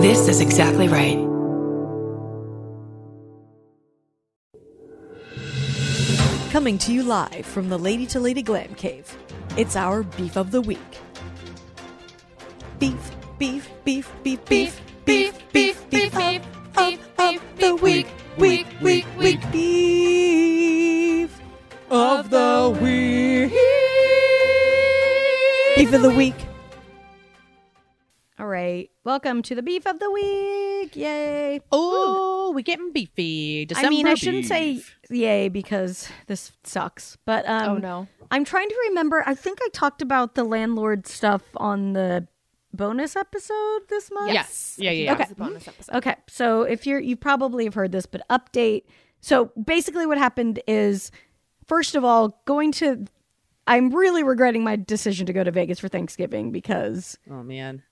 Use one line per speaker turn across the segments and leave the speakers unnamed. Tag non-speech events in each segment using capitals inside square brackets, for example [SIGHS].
This is exactly right.
Coming to you live from the Lady to Lady Glam Cave, it's our Beef of the Week. Beef, beef, beef, beef, beef, beef, beef, beef, beef, beef, of the week, week, week, week, beef of the week. Beef of the week.
All right. Welcome to the beef of the week. Yay.
Oh, we're getting beefy. December
I mean, I shouldn't say yay because this sucks. But um,
Oh no.
I'm trying to remember. I think I talked about the landlord stuff on the bonus episode this month.
Yes. Yeah, yeah, yeah.
Okay.
It's a bonus episode.
Okay. So if you're, you probably have heard this, but update. So basically, what happened is, first of all, going to. I'm really regretting my decision to go to Vegas for Thanksgiving because
Oh man.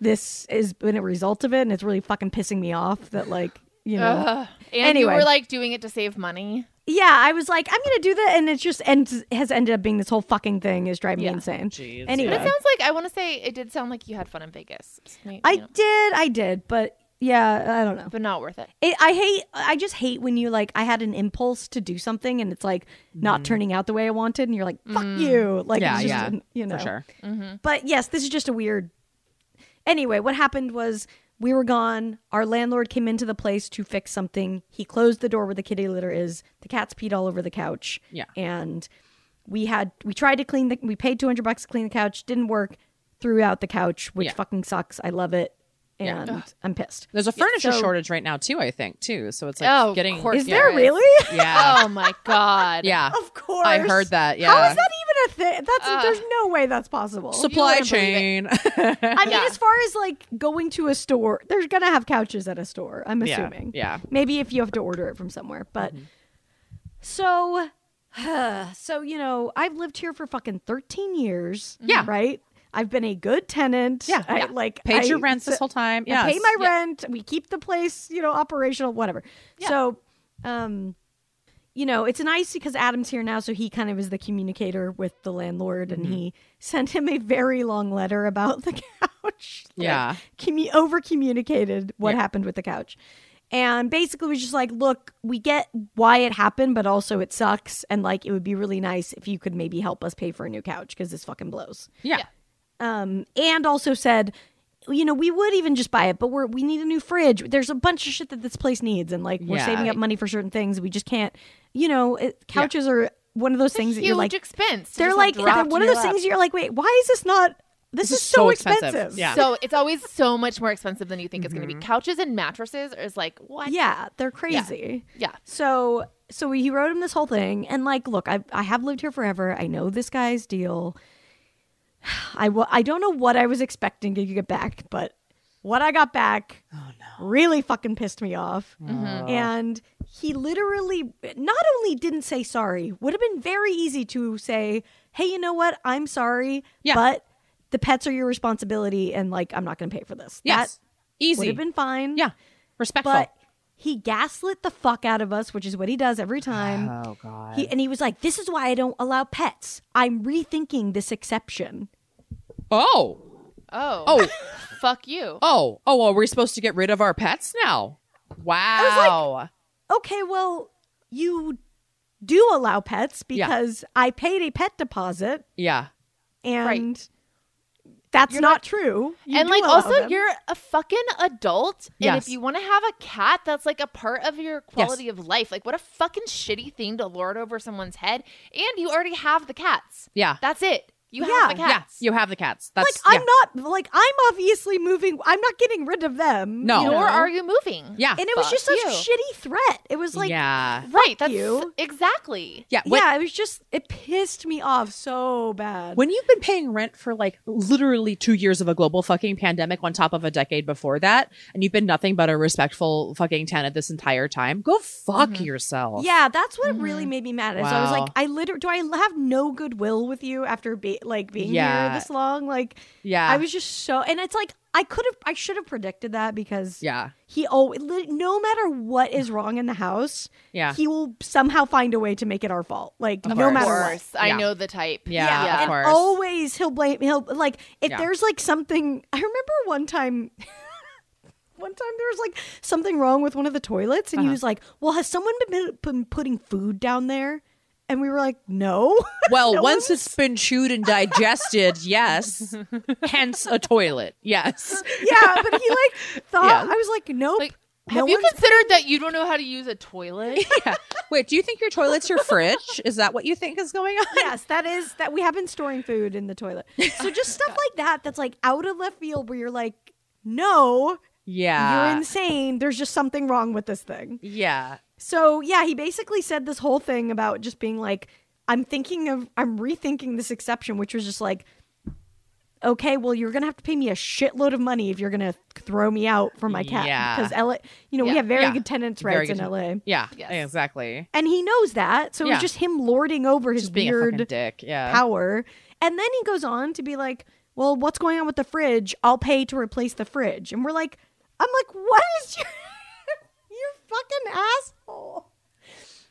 this has been a result of it, and it's really fucking pissing me off that like you know.
Ugh. [SIGHS] and
Anyway.
you were like doing it to save money.
Yeah, I was like, I'm gonna do that, and it's just and has ended up being this whole fucking thing is driving
Yeah.
me insane.
Jeez,
anyway,
But it sounds like I want to say it did sound like you had fun in Vegas. You
I
know,
did, I did, but yeah, I don't know.
but not worth it.
It, I hate, I just hate when you like, I had an impulse to do something, and it's like not turning out the way I wanted, and you're like, fuck
Mm.
you, like
Mm. Yeah,
it's just,
yeah,
you know.
For sure.
But yes, this is just a weird. Anyway, what happened was we were gone. Our landlord came into the place to fix something. He closed the door where the kitty litter is. The cats peed all over the couch.
Yeah.
And we had we tried to clean the we paid 200 bucks to clean the couch. Didn't work. Threw out the couch, which
Yeah.
fucking sucks. I love it.
Yeah.
And I'm pissed.
There's a furniture
so-
shortage right now too, I think, too. So it's like
Oh, of
getting
course
Is
Yeah.
there really? [LAUGHS]
Yeah. [LAUGHS]
Oh my god.
yeah.
of course.
I heard that. Yeah.
How is that even a thing? That's
Ugh.
there's no way that's possible.
Supply
wouldn't believe
chain.
I mean,
Yeah.
as far as like going to a store, they're gonna have couches at a store.
[LAUGHS]
I'm
Yeah,
assuming.
yeah. Mm-hmm.
Maybe if you have to order it from somewhere, but so, [SIGHS] so you know, I've lived here for fucking 13 years.
Yeah.
Right. I've been a good tenant.
Yeah,
I,
yeah.
Like
Paid your
I-
rents this whole time.
I
Yeah.
pay my rent. We keep the place, you know, operational, whatever. So, um, you know, it's nice because Adam's here now, so he kind of is the communicator with the landlord, and he
Mm-hmm.
sent him a very long letter about the [LAUGHS] couch. Like,
Yeah.
commu- over communicated what
Yeah.
happened with the couch. And basically, was just like, look, we get why it happened, but also it sucks. And like, it would be really nice if you could maybe help us pay for a new couch because this fucking blows
Yeah.
um, and also said, you know, we would even just buy it, but we're we need a new fridge. There's a bunch of shit that this place needs, and like we're
Yeah.
saving up money for certain things. We just can't, you know, it, couches are one of those things that
Huge
you're like,
expense. to
they're
just
like
dropped
they're
in
one of
your
those
lap.
things you're like, wait, why is this not? This, is, so expensive.
Yeah.
So it's always so much more expensive than you think it's going to be. Couches and mattresses is like what?
Mm-hmm. yeah, they're crazy.
Yeah.
So so he wrote him this whole thing and like look, I I have lived here forever. I know this guy's deal. I wa- I don't know what I was expecting to get back, but what I got back really fucking pissed me off.
Mm-hmm.
And he literally not only didn't say sorry, would have been very easy to say, "Hey, you know what? I'm sorry,
Yeah.
but the pets are your responsibility and like I'm not going to pay for this."
Yes.
That would
Easy.
have been fine.
yeah. Respectful.
But he gaslit the fuck out of us, which is what he does every time.
oh god.
He, and he was like, "This is why I don't allow pets. I'm rethinking this exception."
oh.
Oh.
Oh.
[LAUGHS] Fuck you.
Oh. Oh. Well, we're supposed to get rid of our pets now. Wow.
Okay, well, you do allow pets
Yeah.
because I paid a pet deposit,
yeah.
and
Right.
that's
You're
not,
not-
true. You
and
do
like
allow
also
them.
you're a fucking adult and
Yes.
if you want to have a cat that's like a part of your quality of life like what a fucking shitty thing to lord over someone's head and you already have the cats
Yeah.
that's it you
Yeah.
have the
Yeah.
cats
You have the cats.
like
That's yeah.
I'm not like I'm obviously moving. I'm not getting rid of them.
No.
you
nor
know?
are you moving
Yeah.
And it was
Fuck
just such a
you.
shitty threat. It was like,
yeah.
right that's
you.
exactly
Yeah. When,
yeah, it was just it pissed me off so bad.
when you've been paying rent for like literally two years of a global fucking pandemic on top of a decade before that, and you've been nothing but a respectful fucking tenant this entire time, go fuck yourself.
Mm-hmm. Yeah, that's what really made me mad. Is I was like,
Mm. Wow.
I literally do I have no goodwill with you after be- like being
Yeah.
here this long? Like,
Yeah.
I was just so, and it's like I could have, I should have predicted that because
Yeah.
he always, no matter what is wrong in the house,
Yeah.
he will somehow find a way to make it our fault. Like, no
course.
of
matter what.
course i
Yeah.
know the type
Yeah, of
and
course.
always he'll blame he'll like if
Yeah.
there's like something I remember one time [LAUGHS] one time there was like something wrong with one of the toilets, and he
Uh-huh.
was like, "Well, has someone been, been putting food down there?" And we were like, "No." [LAUGHS]
Well, once it's been chewed and digested, yes. Hence a toilet. Yes. [LAUGHS]
yeah, but he like thought
Yeah.
I was like, "Nope."
Like,
no
Have you
one's-
considered that you don't know how to use a toilet?
Yeah. Wait, do you think your toilet's your fridge? Is that what you think is going [LAUGHS] on?
yes, that is that we have been storing food in the toilet. So just
[LAUGHS]
stuff like that that's like out of left field where you're like, "No,
Yeah.
you're insane. There's just something wrong with this thing."
yeah.
So yeah, he basically said this whole thing about just being like, I'm thinking of, I'm rethinking this exception, which was just like, okay, well, you're gonna have to pay me a shitload of money if you're gonna throw me out for my cat
Yeah.
because LA, you know, we
Yeah,
have very
yeah.
good tenants'
Very
rights
good
in
ten-
LA,
Yeah.
Yes.
Exactly.
and he knows that. So
Yeah.
it's just him lording over his
Just being a fucking
weird
dick. Yeah.
power, and then he goes on to be like, well, what's going on with the fridge? I'll pay to replace the fridge, and we're like, I'm like, what is your, [LAUGHS] you fucking asshole.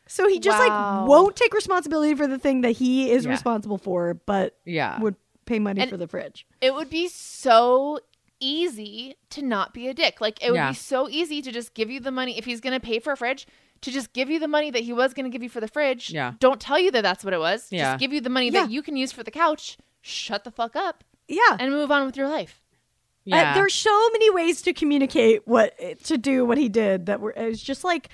So he just
Wow.
like won't take responsibility for the thing that he is
Yeah.
responsible for, but
yeah.
would pay money
And-
for the fridge.
it would be so easy to not be a dick. Like it would
Yeah.
be so easy to just give you the money if he's going to pay for a fridge. To just give you the money that he was going to give you for the fridge.
Yeah.
Don't tell you that that's what it was.
Yeah.
Just give you the money
Yeah.
that you can use for the couch. Shut the fuck up
Yeah.
and move on with your life.
yeah.
Uh, there's so many ways to communicate what to do what he did that were it was just like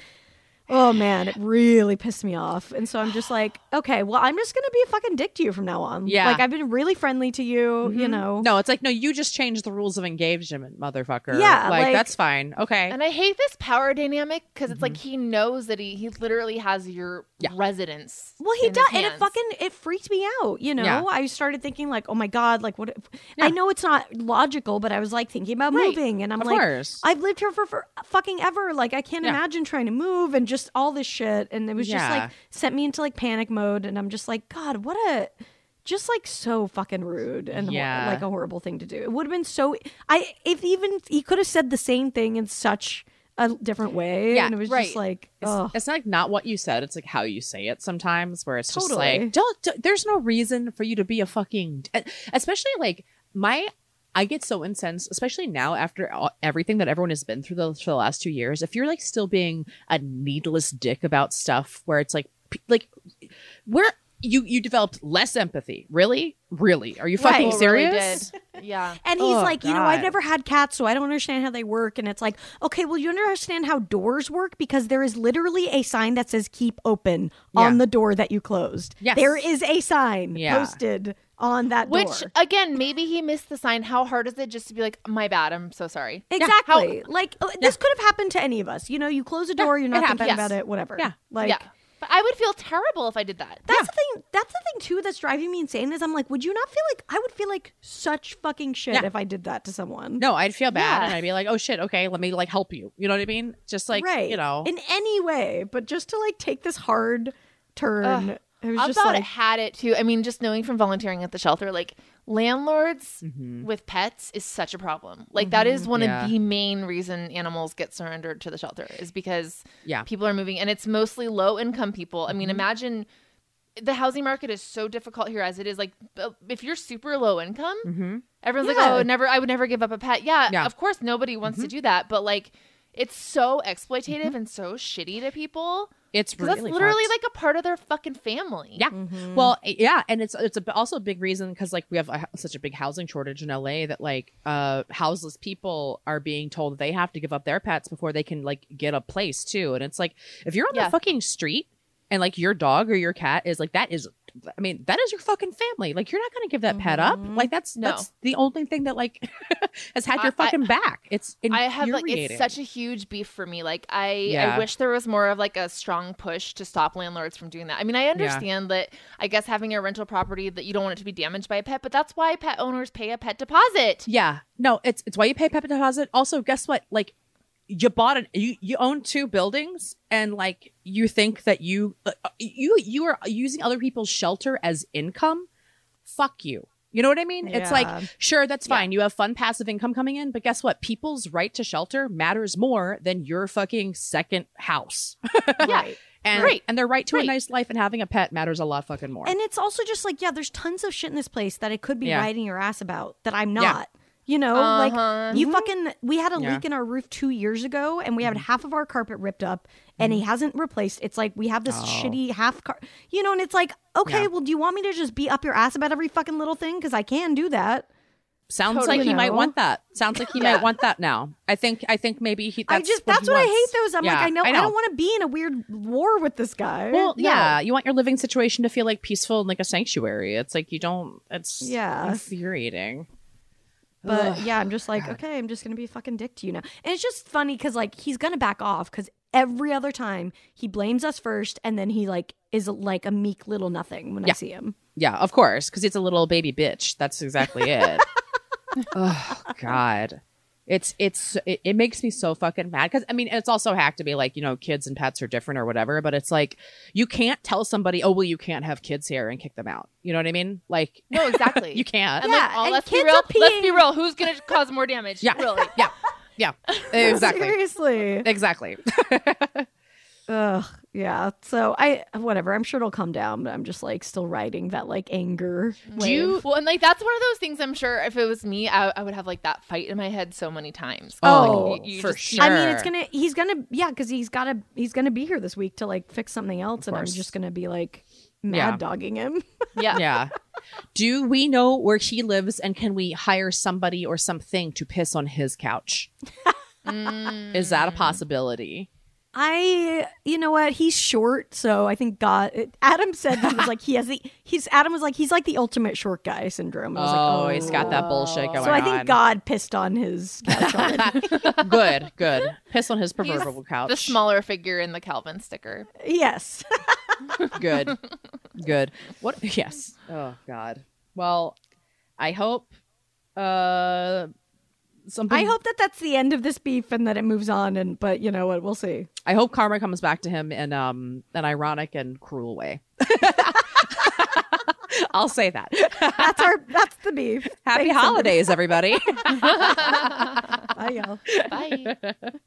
oh man, it really pissed me off. And so I'm just
[SIGHS]
like, okay, well I'm just going to be a fucking dick to you from now on.
Yeah. Mm-hmm.
Like I've been really friendly to you, you know.
no, it's like no. You just changed the rules of engagement, motherfucker.
Yeah,
like,
like-
that's fine. Okay,
And I hate this power dynamic because it's like he knows that he he literally has your
Mm-hmm. Yeah.
residence.
Well, he
in his
does, and it
hands.
fucking it freaked me out. You know,
Yeah.
I started thinking like, oh my god, like what? If,
Yeah.
I know it's not logical, but I was like thinking about
Right.
moving, and I'm
of
like,
course.
I've lived here for, for fucking ever. Like I can't
Yeah.
imagine trying to move and just all this shit. And it was just
Yeah.
like sent me into like panic mode, and I'm just like, God, what a just like so fucking rude and hor-
Yeah.
like a horrible thing to do. It would have been so. I if even he could have said the same thing in such a different way,
Yeah,
and it was
right.
just like,
It's,
ugh.
it's like not what you said. It's like how you say it sometimes, where it's just
Totally.
like, don't, don't- There's no reason for you to be a fucking. d- e, Especially like my, I get so incensed, especially now after all, everything that everyone has been through the, for the last two years. If you're like still being a needless dick about stuff, where it's like, p- like, where you you developed less empathy, really, really? Are you
Right.
fucking
People really
serious?
did. Yeah.
And he's
Oh,
like, you know, I've
God.
never had cats, so I don't understand how they work. And it's like, okay, well, you understand how doors work because there is literally a sign that says "keep open"
Yeah.
on the door that you closed.
Yes.
there is a sign
Yeah.
posted on that
Which
door.
again, maybe he missed the sign. How hard is it just to be like, my bad, I'm so sorry.
Exactly. like oh, this could have happened to any of us. You know, you close a door, you're not
it
thinking
happens.
about it, whatever.
Yeah.
Like
yeah. But I would feel terrible if I did that.
that's the thing. That's the thing too. That's driving me insane. Is I'm like, would you not feel like I would feel like such fucking shit
Yeah.
if I did that to someone?
No, I'd feel bad
Yeah.
and I'd be like, oh shit, okay, let me like help you. You know what I mean? Just like,
right.
you know.
in any way, but just to like take this hard turn.
Ugh.
It was
I
just
thought
like,
it had it too. I mean, just knowing from volunteering at the shelter, like landlords
Mm-hmm.
with pets is such a problem. Like that is one
Yeah.
of the main reason animals get surrendered to the shelter is because
Yeah.
people are moving and it's mostly low income people. I mean,
Mm-hmm.
imagine the housing market is so difficult here as it is. Like b- if you're super low income,
Mm-hmm.
everyone's
Yeah. Mm-hmm.
like, "Oh, never, I would never give up a pet." Yeah,
Yeah.
of course, nobody wants to do that, but like, it's so exploitative and so shitty to people.
It's
'Cause
really
that's literally
fucked.
like a part of their fucking family.
yeah.
Mm-hmm.
Well, eh, yeah, and it's it's a, also a big reason because like we have a, such a big housing shortage in LA that like uh houseless people are being told that they have to give up their pets before they can like get a place too, and it's like if you're on
Yeah.
the fucking street and like your dog or your cat is like that is. I mean, that is your fucking family. Like, you're not gonna give that pet up. Like, that's
Mm-hmm. No.
that's the only thing that like [LAUGHS] has had
I-
your
I-
fucking back. It's
I have like
infuriating.
it's such a huge beef for me. Like I,
Yeah.
I wish there was more of like a strong push to stop landlords from doing that. I mean, I understand that I guess having a rental property that you don't want it to be damaged by a pet, but that's why pet owners pay a pet deposit.
[LAUGHS] Yeah. No, it's it's why you pay pep deposit. Also, guess what? Like you bought an you you own two buildings and like you think that you uh, you you are using other people's shelter as income. Fuck you. You know what I mean? It's like
Yeah.
sure that's fine. You have fun passive income coming in, but guess what? People's right to shelter matters more than your fucking second house.
[LAUGHS]
Yeah.
And
Right.
and their right to a
Right.
nice life and having a pet matters a lot fucking more.
And it's also just like, yeah, there's tons of shit in this place that I could be
Yeah.
riding your ass about that I'm
Yeah.
not. You know,
Uh-huh.
like you fucking. We had a
Yeah.
leak in our roof two years ago, and we had half of our carpet ripped up, and he hasn't replaced. It's like we have this
Oh.
shitty half car. You know, and it's like, okay,
Yeah.
well, do you want me to just be up your ass about every fucking little thing? Because I can do that.
Sounds
Totally.
like he might
No.
want that. Sounds like he might want that now. I think. I think maybe he. That's
I just
what
that's
he
what I hate.
wants.
Those I'm
Yeah,
like, I know I, don't want to be in a weird war with this guy.
Well,
No.
yeah, you want your living situation to feel like peaceful and like a sanctuary. It's like you don't. It's
Yeah.
infuriating.
But
Ugh.
yeah, I'm just like, okay, I'm just gonna be a fucking dick to you now. And it's just funny because like he's gonna back off because every other time he blames us first, and then he like is like a meek little nothing when I
Yeah.
see him.
Yeah, of course, because it's a little baby bitch. That's exactly
[LAUGHS]
it. oh God, it's it's it, it makes me so fucking mad. Because I mean, it's also hack to be like you know, kids and pets are different or whatever. But it's like you can't tell somebody, oh well, you can't have kids here and kick them out. You know what I mean? Like
No, exactly.
you can't.
And like,
Yeah,
oh,
and
let's
kids
be real.
are
Let's be
peeing.
real.
[LAUGHS]
Who's gonna cause more damage?
Yeah.
really.
[LAUGHS] yeah,
[LAUGHS]
yeah, exactly,
Seriously. [LAUGHS]
exactly.
Ugh. Yeah. So I whatever. I'm sure it'll come down, but I'm just like still riding that like anger.
Do you, well, and like that's one of those things. I'm sure if it was me, I, I would have like that fight in my head so many times.
Oh,
Like,
for
just-
sure.
I mean, it's gonna. He's gonna. Yeah, because he's gotta. He's gonna be here this week to like fix something else, and I'm
course.
just gonna be like mad
Yeah.
dogging him.
Yeah.
yeah. Do we know where he lives and can we hire somebody or something to piss on his couch?
Mm.
Is that a possibility?
I, you know what? He's short, so I think God. It, Adam said he was like he has the. He's Adam was like he's like the ultimate short guy syndrome. I was
oh,
like,
he's got that bullshit going on.
Oh. So I think God pissed on his. Couch already.
[LAUGHS] good, good. Piss on his proverbial couch.
the smaller figure in the Calvin sticker?
yes.
Good, good. What?
[LAUGHS]
Yes. Oh God. Well, I hope. Uh, something.
I hope that that's the end of this beef and that it moves on. And but you know what? We'll see.
I hope karma comes back to him in um an ironic and cruel way. [LAUGHS] I'll say that.
That's our. that's the beef.
Happy [LAUGHS]
Thanks, everybody.
holidays, everybody.
Bye, y'all.
Bye.